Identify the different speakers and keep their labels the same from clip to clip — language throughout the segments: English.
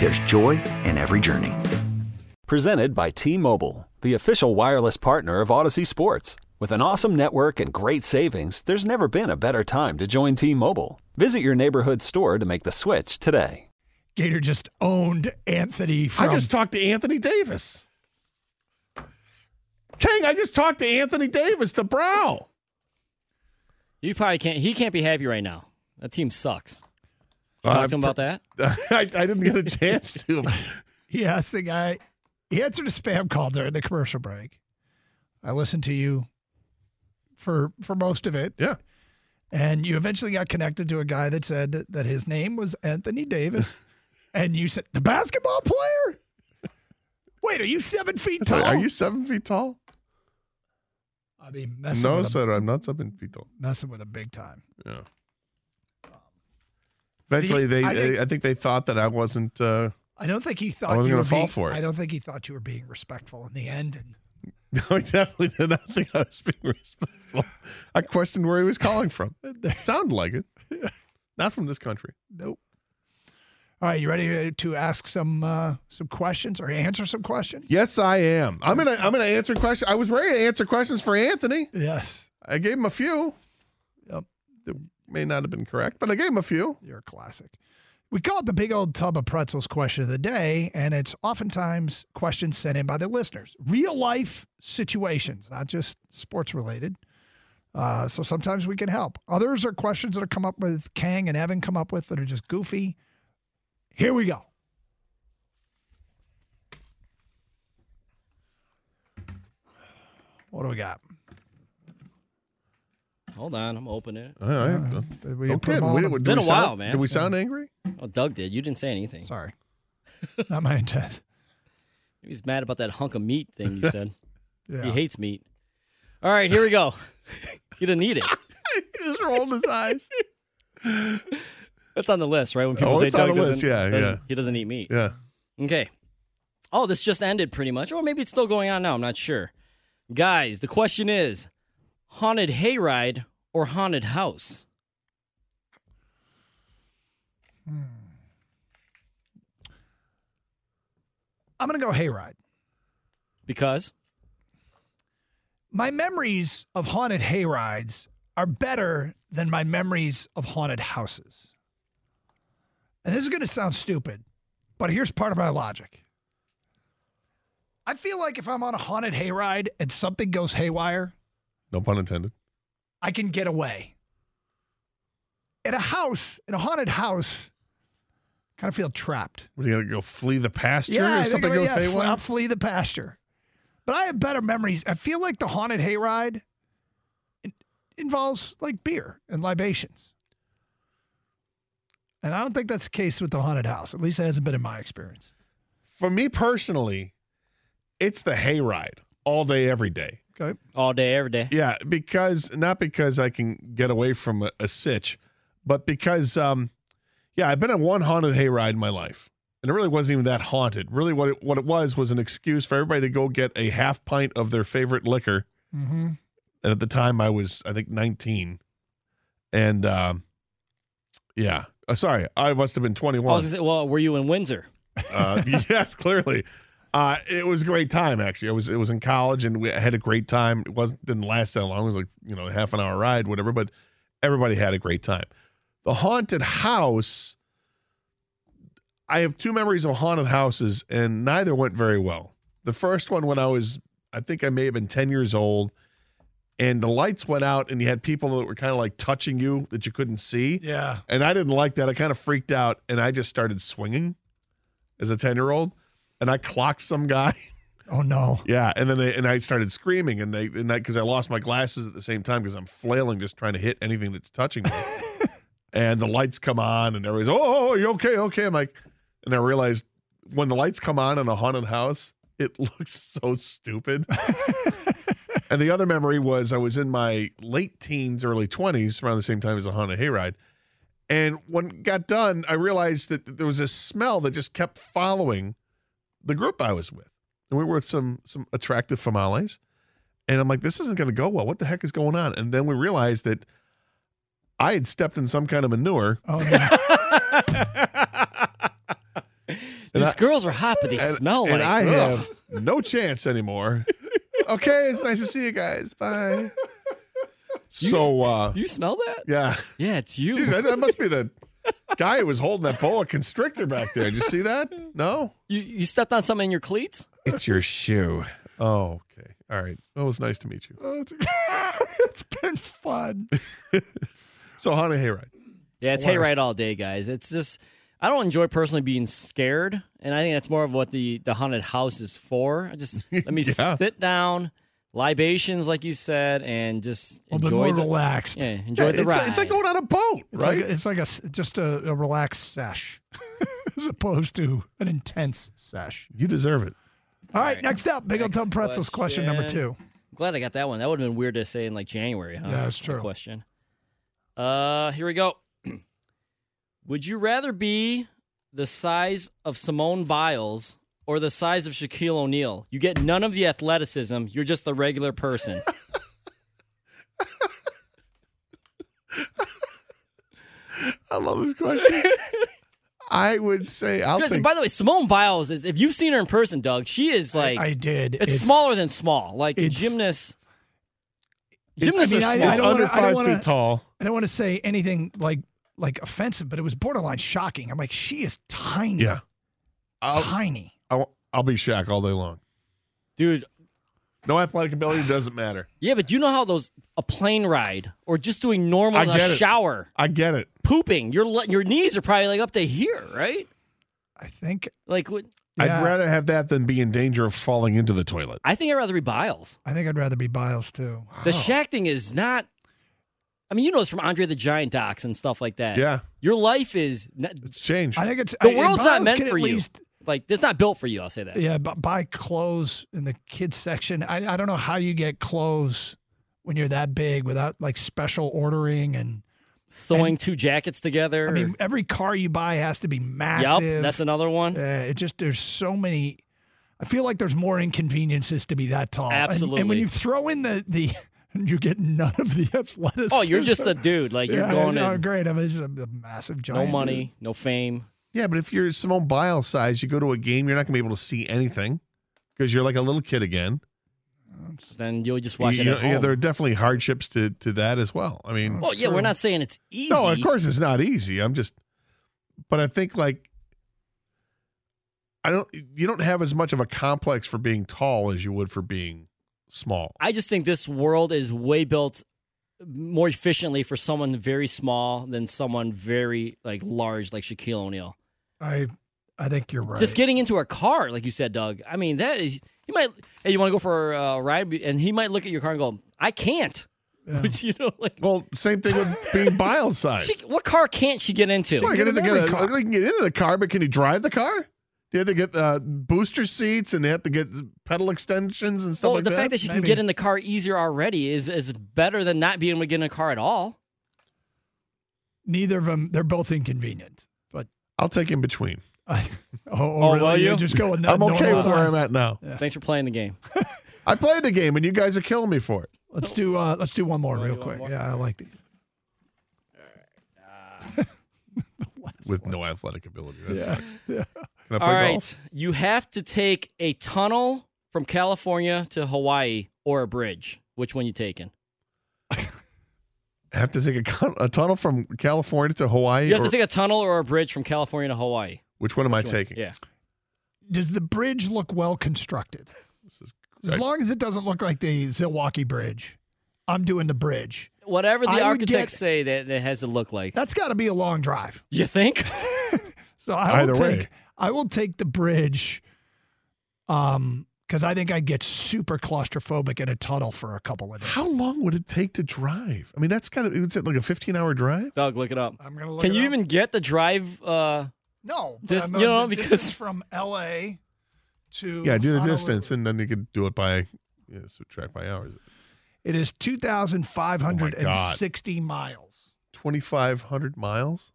Speaker 1: there's joy in every journey.
Speaker 2: Presented by T Mobile, the official wireless partner of Odyssey Sports. With an awesome network and great savings, there's never been a better time to join T Mobile. Visit your neighborhood store to make the switch today.
Speaker 3: Gator just owned Anthony from.
Speaker 4: I just talked to Anthony Davis. King, I just talked to Anthony Davis, the brow.
Speaker 5: You probably can't. He can't be happy right now. That team sucks. You
Speaker 4: Uh,
Speaker 5: Talk to him about that.
Speaker 4: I, I didn't get a chance to.
Speaker 3: he asked the guy. He answered a spam call during the commercial break. I listened to you for for most of it,
Speaker 4: Yeah.
Speaker 3: and you eventually got connected to a guy that said that his name was Anthony Davis, and you said the basketball player. Wait, are you seven feet
Speaker 4: It's
Speaker 3: tall?
Speaker 4: like, are you seven feet tall?
Speaker 3: I mean, messing
Speaker 4: no,
Speaker 3: with
Speaker 4: sir, I'm not seven feet tall.
Speaker 3: him, messing with him big time.
Speaker 4: Yeah. Eventually, they,
Speaker 3: I
Speaker 4: I, think,
Speaker 3: think-
Speaker 4: I think they thought that I wasn't. Uh,
Speaker 3: I don't think he thought
Speaker 4: wasn't
Speaker 3: you
Speaker 4: gonna
Speaker 3: were
Speaker 4: fall
Speaker 3: being-
Speaker 4: for it.
Speaker 3: I don't think he thought you were being respectful in the end. And
Speaker 4: no, I definitely did not think I was being respectful. I questioned where he was calling from. It sounded like it. Not from this country.
Speaker 3: Nope. All right, you ready to- to ask some uh, some questions or answer some questions?
Speaker 4: Yes, I am. I'm gonna I'm gonna answer questions. I was ready to answer questions for Anthony.
Speaker 3: Yes,
Speaker 4: I gave him a few.
Speaker 3: Yep.
Speaker 4: That may not have been correct, but I gave him a few.
Speaker 3: you're a classic. We call it the big old tub of pretzels question of the day, and it's oftentimes questions sent in by the listeners, real life situations, not just sports related. Uh, so sometimes we can help. Others are questions that are come up with Kang and Evan come up with that are just goofy. Here we go. What do we got?
Speaker 5: Hold on, I'm opening it.
Speaker 4: All right.
Speaker 3: Did
Speaker 4: We
Speaker 3: we
Speaker 4: no
Speaker 3: put them
Speaker 4: kidding.
Speaker 3: all
Speaker 4: We,
Speaker 3: in-
Speaker 4: did
Speaker 5: been
Speaker 4: we
Speaker 5: a
Speaker 4: sound-
Speaker 5: while, man.
Speaker 4: Did we sound angry?
Speaker 5: Oh, Doug did. You didn't say anything.
Speaker 3: Sorry. Not my intent.
Speaker 5: He's mad about that hunk of meat thing you said.
Speaker 3: Yeah.
Speaker 5: He hates meat. All right, here we go. you didn't need it.
Speaker 4: he just rolled his eyes.
Speaker 5: That's on the list, right? When people
Speaker 4: Oh,
Speaker 5: say
Speaker 4: it's on
Speaker 5: Doug
Speaker 4: the
Speaker 5: doesn't,
Speaker 4: list, yeah,
Speaker 5: doesn't-
Speaker 4: yeah.
Speaker 5: he doesn't eat meat.
Speaker 4: Yeah.
Speaker 5: Okay. Oh, this just ended pretty much. Or maybe it's still going on now. I'm not sure. Guys, the question is haunted hayride or haunted house?
Speaker 3: I'm going to go hayride.
Speaker 5: Because
Speaker 3: My memories of haunted hayrides are better than my memories of haunted houses. And this is going to sound stupid, but here's part of my logic. I feel like if I'm on a haunted hayride and something goes haywire,
Speaker 4: No pun intended.
Speaker 3: I can get away. In a house, in a haunted house, kind of feel trapped.
Speaker 4: What are you gonna go flee the pasture
Speaker 3: I
Speaker 4: or
Speaker 3: think
Speaker 4: something
Speaker 3: about-
Speaker 4: goes
Speaker 3: yeah, fl-
Speaker 4: haywire?
Speaker 3: I'll flee the pasture. But I have better memories. I feel like the haunted hayride in- involves like beer and libations. And I don't think that's the case with the haunted house. At least it hasn't been in my experience.
Speaker 4: For me personally, it's the hayride all day, every day.
Speaker 3: Okay.
Speaker 5: all day, every day.
Speaker 4: Yeah, because not because I can get away from a, a sitch, but because um, yeah, I've been on one haunted hayride in my life, and it really wasn't even that haunted. Really, what it, what it was was an excuse for everybody to go get a half pint of their favorite liquor.
Speaker 3: Mm-hmm.
Speaker 4: And at the time, I was I think nineteen, and um, yeah, Uh, sorry, I must have been twenty
Speaker 5: I was
Speaker 4: one.
Speaker 5: gonna say, well, were you in Windsor?
Speaker 4: Uh, yes, clearly. Uh, it was a great time actually. It was it was in college and we had a great time. It wasn't didn't last that long. It was like you know half an hour ride, whatever. But everybody had a great time. The haunted house. I have two memories of haunted houses, and neither went very well. The first one when I was, I think I may have been 10 years old, and the lights went out, and you had people that were kind of like touching you that you couldn't see.
Speaker 3: Yeah.
Speaker 4: And I didn't like that. I kind of freaked out and I just started swinging as a 10 year old. And I clocked some guy.
Speaker 3: Oh no.
Speaker 4: Yeah. And then they, and I started screaming. And they, and I, cause I lost my glasses at the same time because I'm flailing just trying to hit anything that's touching me. and the lights come on and everybody's, oh, oh, oh, you okay? Okay. I'm like, and I realized when the lights come on in a haunted house, it looks so stupid. and the other memory was I was in my late teens, early 20s, around the same time as a haunted hayride. And when it got done, I realized that there was a smell that just kept following the group I was with. And we were with some some attractive famales. And I'm like, this isn't going to go well. What the heck is going on? And then we realized that I had stepped in some kind of manure.
Speaker 3: Oh no.
Speaker 5: These
Speaker 4: I-
Speaker 5: girls are hot, but they smell
Speaker 4: and
Speaker 5: like.
Speaker 4: I
Speaker 5: ugh.
Speaker 4: have no chance anymore. okay, it's nice to see you guys. Bye. So, uh,
Speaker 5: Do you smell that?
Speaker 4: yeah.
Speaker 5: Yeah, it's you.
Speaker 4: Jeez, that, that must be the guy who was holding that boa constrictor back there. Did you see that? No?
Speaker 5: you you stepped on something in your cleats.
Speaker 4: It's your shoe. Oh, okay. All right. Well, it was nice to meet you.
Speaker 3: it's it's been fun.
Speaker 4: So, Haunted Hayride.
Speaker 5: Yeah, it's
Speaker 4: Worst.
Speaker 5: hayride all day, guys. It's just I don't enjoy personally being scared, and I think that's more of what the the haunted house is for. I just let me
Speaker 4: Yeah.
Speaker 5: sit down, libations like you said, and just
Speaker 3: A little bit
Speaker 5: enjoy
Speaker 3: more
Speaker 5: the
Speaker 3: relaxed.
Speaker 5: yeah, enjoy the
Speaker 4: it's,
Speaker 5: ride.
Speaker 4: like- it's like going on a boat,
Speaker 3: It's
Speaker 4: right?
Speaker 3: like it's like a s- just a, a relaxed sesh, as opposed to an intense sesh.
Speaker 4: you deserve it.
Speaker 3: All right, next up, Big Old
Speaker 5: Next
Speaker 3: Tub Pretzels question number two.
Speaker 5: question. Glad I got that one. That would have been weird to say in like January, huh?
Speaker 3: Yeah, that's
Speaker 5: That
Speaker 3: true.
Speaker 5: Question. Uh, here we go. Would you rather be the size of Simone Biles or the size of Shaquille O'Neal? You get none of the athleticism. You're just the regular person.
Speaker 4: I love this question. I would say I'll
Speaker 5: Because,
Speaker 4: take
Speaker 5: by the way, Simone Biles is. If you've seen her in person, Doug, she is like
Speaker 3: I did.
Speaker 5: it's, smaller than small. Like
Speaker 3: it's-
Speaker 5: gymnasts.
Speaker 4: It's-
Speaker 5: Gymnasts
Speaker 3: I
Speaker 5: are
Speaker 3: mean, I-
Speaker 5: small.
Speaker 4: it's
Speaker 3: don't
Speaker 4: under
Speaker 3: wanna- I
Speaker 4: 5
Speaker 3: don't wanna-
Speaker 4: feet tall.
Speaker 3: I don't want to say anything like like offensive, but it was borderline shocking. I'm like, she is tiny.
Speaker 4: Yeah.
Speaker 5: Oh.
Speaker 4: I'll,
Speaker 3: tiny.
Speaker 4: I'll, I'll be Shaq all day long.
Speaker 5: Dude,
Speaker 4: No athletic ability doesn't matter.
Speaker 5: Yeah, but you know how those a plane ride or just doing normal
Speaker 4: I
Speaker 5: a
Speaker 4: get it.
Speaker 5: shower,
Speaker 4: I get it.
Speaker 5: pooping, your le- your knees are probably like up to here, right?
Speaker 3: I think.
Speaker 5: Like what?
Speaker 3: yeah,
Speaker 4: I'd rather have that than be in danger of falling into the toilet.
Speaker 5: I think I'd rather be Biles.
Speaker 3: I think I'd rather be Biles too.
Speaker 5: The Shaq thing is not. I mean, you know it's from Andre the Giant docs and stuff like that.
Speaker 4: Yeah,
Speaker 5: your life is not,
Speaker 4: it's changed.
Speaker 3: I think it's
Speaker 5: The
Speaker 3: I-
Speaker 5: world's
Speaker 3: Biles
Speaker 5: not meant
Speaker 3: can at
Speaker 5: for you.
Speaker 3: least-
Speaker 5: like it's not built for you. I'll say that.
Speaker 3: Yeah, but buy clothes in the kids section. I, I don't know how you get clothes when you're that big without like special ordering and
Speaker 5: Sewing two jackets together.
Speaker 3: I mean every car you buy has to be
Speaker 5: yep,
Speaker 3: massive.
Speaker 5: that's another one.
Speaker 3: Yeah, Uh, it just there's so many. I feel like there's more inconveniences to be that tall. And- And,
Speaker 5: Absolutely.
Speaker 3: when you throw in the the, and you get none of the athleticism.
Speaker 5: Oh, you're just a dude. Like you're
Speaker 3: yeah,
Speaker 5: going
Speaker 3: oh,
Speaker 5: in.
Speaker 3: great. I mean, just a, a massive
Speaker 5: No
Speaker 3: giant.
Speaker 5: money, no fame.
Speaker 4: yeah, but if you're Simone Biles size, you go to a game, you're not going to be able to see anything because you're like a little kid again.
Speaker 5: Then you'll just watch
Speaker 4: You-
Speaker 5: it
Speaker 4: you
Speaker 5: at
Speaker 4: know, yeah,
Speaker 5: home.
Speaker 4: there are definitely hardships to to that as well. I mean,
Speaker 5: well, yeah,
Speaker 3: True.
Speaker 5: we're not saying it's easy.
Speaker 4: no, of course it's not easy. I'm just, but I think like I don't. You don't have as much of a complex for being tall as you would for being small.
Speaker 5: I just think this world is way built more efficiently for someone very small than someone very like large, like Shaquille O'Neal.
Speaker 3: I I think you're right.
Speaker 5: Just getting into a car, like you said, Doug. I mean, that is you might. Hey, you want to go for a uh, ride? And he might look at your car and go, "I can't."
Speaker 3: Yeah.
Speaker 5: But you know, like,
Speaker 4: Well, same thing with being Biles size.
Speaker 5: she, what car can't she get into?
Speaker 4: Well,
Speaker 3: get
Speaker 4: you
Speaker 3: in
Speaker 4: have to
Speaker 3: every
Speaker 4: get a-
Speaker 3: car.
Speaker 4: you can get into the car, but can you drive the car? You have to get uh, booster seats, and they have to get pedal extensions and stuff
Speaker 5: Well,
Speaker 4: like
Speaker 5: the
Speaker 4: that.
Speaker 5: fact that she can
Speaker 3: Maybe.
Speaker 5: get in the car easier already is is better than not being able to get in a car at all.
Speaker 3: Neither of them. They're both inconvenient. But
Speaker 4: I'll take in between.
Speaker 3: I, oh,
Speaker 5: Oh,
Speaker 3: oh, really?
Speaker 5: will
Speaker 3: You
Speaker 5: you?
Speaker 3: just go with
Speaker 4: I'm okay with where I'm at now.
Speaker 5: Thanks for playing the game.
Speaker 4: I played the game, and you guys are killing me for it.
Speaker 3: Let's do uh, let's do one more real
Speaker 5: do one
Speaker 3: quick.
Speaker 5: more?
Speaker 3: Yeah, I like these.
Speaker 4: With no athletic ability, that sucks.
Speaker 3: Yeah.
Speaker 4: Can I play
Speaker 5: All right,
Speaker 4: golf?
Speaker 5: you have to take a tunnel from California to Hawaii or a bridge. Which one you taking?
Speaker 4: I have to take a, con- a tunnel from California to Hawaii.
Speaker 5: You have
Speaker 4: or-
Speaker 5: to take a tunnel or a bridge from California to Hawaii.
Speaker 4: which one am I taking?
Speaker 5: Yeah,
Speaker 3: does the bridge look well constructed?
Speaker 4: This is
Speaker 3: As
Speaker 4: Right.
Speaker 3: long as it doesn't look like the Zilwaukee Bridge, I'm doing the bridge.
Speaker 5: Whatever the
Speaker 3: I would
Speaker 5: architects
Speaker 3: get-
Speaker 5: say that it has to look like.
Speaker 3: That's got to be a long drive.
Speaker 5: You think?
Speaker 3: So I will
Speaker 4: Either way.
Speaker 3: take I will take the bridge um cuz I think I'd get super claustrophobic in a tunnel for a couple of days.
Speaker 4: How long would it take to drive? I mean, that's kind of it's like a 15 hour drive.
Speaker 5: Doug, look it up.
Speaker 3: I'm going to look
Speaker 5: Can
Speaker 3: it
Speaker 5: you
Speaker 3: up.
Speaker 5: even get the drive? Uh,
Speaker 3: No, but
Speaker 5: Dis-
Speaker 3: I'm, uh,
Speaker 5: you know,
Speaker 3: the
Speaker 5: because-
Speaker 3: distance from LA to
Speaker 4: Yeah, do the
Speaker 3: Honolulu.
Speaker 4: distance, and then you could do it by yeah, subtract by hours.
Speaker 3: It is 2560 miles.
Speaker 4: 2,500 miles.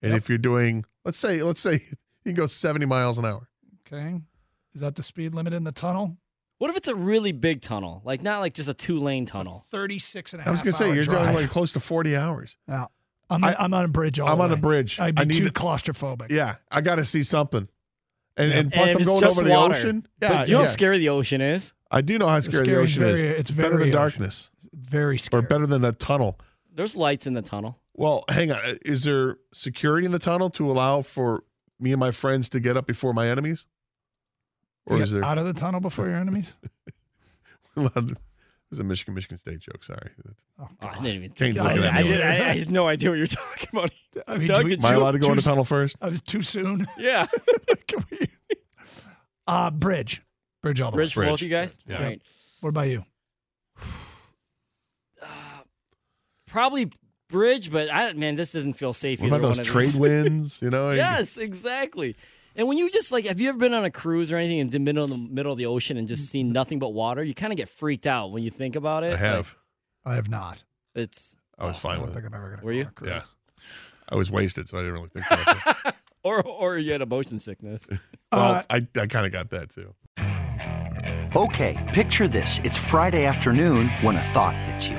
Speaker 4: And if you're doing, let's say, let's say you can go 70 miles an hour.
Speaker 3: Okay. Is that the speed limit in the tunnel?
Speaker 5: what if it's a really big tunnel? Like not like just a two lane tunnel.
Speaker 3: 36 and a half
Speaker 4: I was gonna say
Speaker 3: hour
Speaker 4: you're
Speaker 3: drive.
Speaker 4: doing like close to 40 hours.
Speaker 3: yeah. I'm, I, am i am on a bridge all
Speaker 4: I'm
Speaker 3: the
Speaker 4: on a
Speaker 3: way.
Speaker 4: bridge.
Speaker 3: I'd be
Speaker 4: I need
Speaker 3: too
Speaker 4: to-
Speaker 3: claustrophobic.
Speaker 4: Yeah, I got to see something. And,
Speaker 3: Yeah.
Speaker 4: and plus,
Speaker 5: And if
Speaker 4: I'm
Speaker 5: it's
Speaker 4: going
Speaker 5: just
Speaker 4: over
Speaker 5: water.
Speaker 4: the ocean.
Speaker 5: But
Speaker 4: Yeah,
Speaker 5: you know
Speaker 4: yeah.
Speaker 5: how scary the ocean is.
Speaker 4: I do know how scary,
Speaker 3: Scary
Speaker 4: the
Speaker 3: is
Speaker 4: ocean is.
Speaker 3: very- it's
Speaker 4: better
Speaker 3: very
Speaker 4: than
Speaker 3: ocean.
Speaker 4: darkness,
Speaker 3: Very
Speaker 4: or
Speaker 3: scary.
Speaker 4: better than a tunnel.
Speaker 5: There's lights in the tunnel.
Speaker 4: Well, hang on. Is there security in the tunnel to allow for me and my friends to get up before my enemies? Or
Speaker 3: You
Speaker 4: is
Speaker 3: get
Speaker 4: there?
Speaker 3: out of the tunnel before your enemies?
Speaker 4: this is a Michigan Michigan State joke. Sorry.
Speaker 3: Oh,
Speaker 5: Oh, I
Speaker 3: God.
Speaker 5: didn't even.
Speaker 4: Kane's
Speaker 5: I,
Speaker 4: looking at
Speaker 5: I,
Speaker 4: me.
Speaker 5: did,
Speaker 4: like,
Speaker 5: I, I had no idea what you're talking about.
Speaker 3: I mean,
Speaker 5: Doug,
Speaker 3: do we-
Speaker 5: did
Speaker 4: Am I
Speaker 5: you-
Speaker 4: allowed to go in the
Speaker 3: Choose-
Speaker 4: tunnel first?
Speaker 3: I was too soon.
Speaker 5: Yeah.
Speaker 3: Can we- uh, bridge, bridge all the
Speaker 5: Bridge
Speaker 3: bridge.
Speaker 5: for both
Speaker 4: Oh, Bridge.
Speaker 5: you guys.
Speaker 4: Yeah.
Speaker 5: All right.
Speaker 3: What about you?
Speaker 5: Probably bridge, but I man, this doesn't feel safe.
Speaker 4: What
Speaker 5: either
Speaker 4: about those
Speaker 5: one of
Speaker 4: trade
Speaker 5: these.
Speaker 4: winds? You know,
Speaker 5: Yes, exactly. And when you just like, have you ever been on a cruise or anything in the middle of the middle of the ocean and just seen nothing but water? You kind of get freaked out when you think about it.
Speaker 4: I have.
Speaker 3: I have not.
Speaker 5: Like, it's
Speaker 4: I was
Speaker 3: I
Speaker 5: Oh,
Speaker 4: fine
Speaker 3: don't
Speaker 4: with
Speaker 3: think
Speaker 4: it.
Speaker 3: I'm ever going to.
Speaker 5: Were you?
Speaker 4: Yeah. I was wasted, so I didn't really think about it.
Speaker 5: or or you had a motion sickness.
Speaker 4: Well,
Speaker 3: Uh,
Speaker 4: I, I kind of got that too.
Speaker 1: Okay, picture this. It's Friday afternoon when a thought hits you.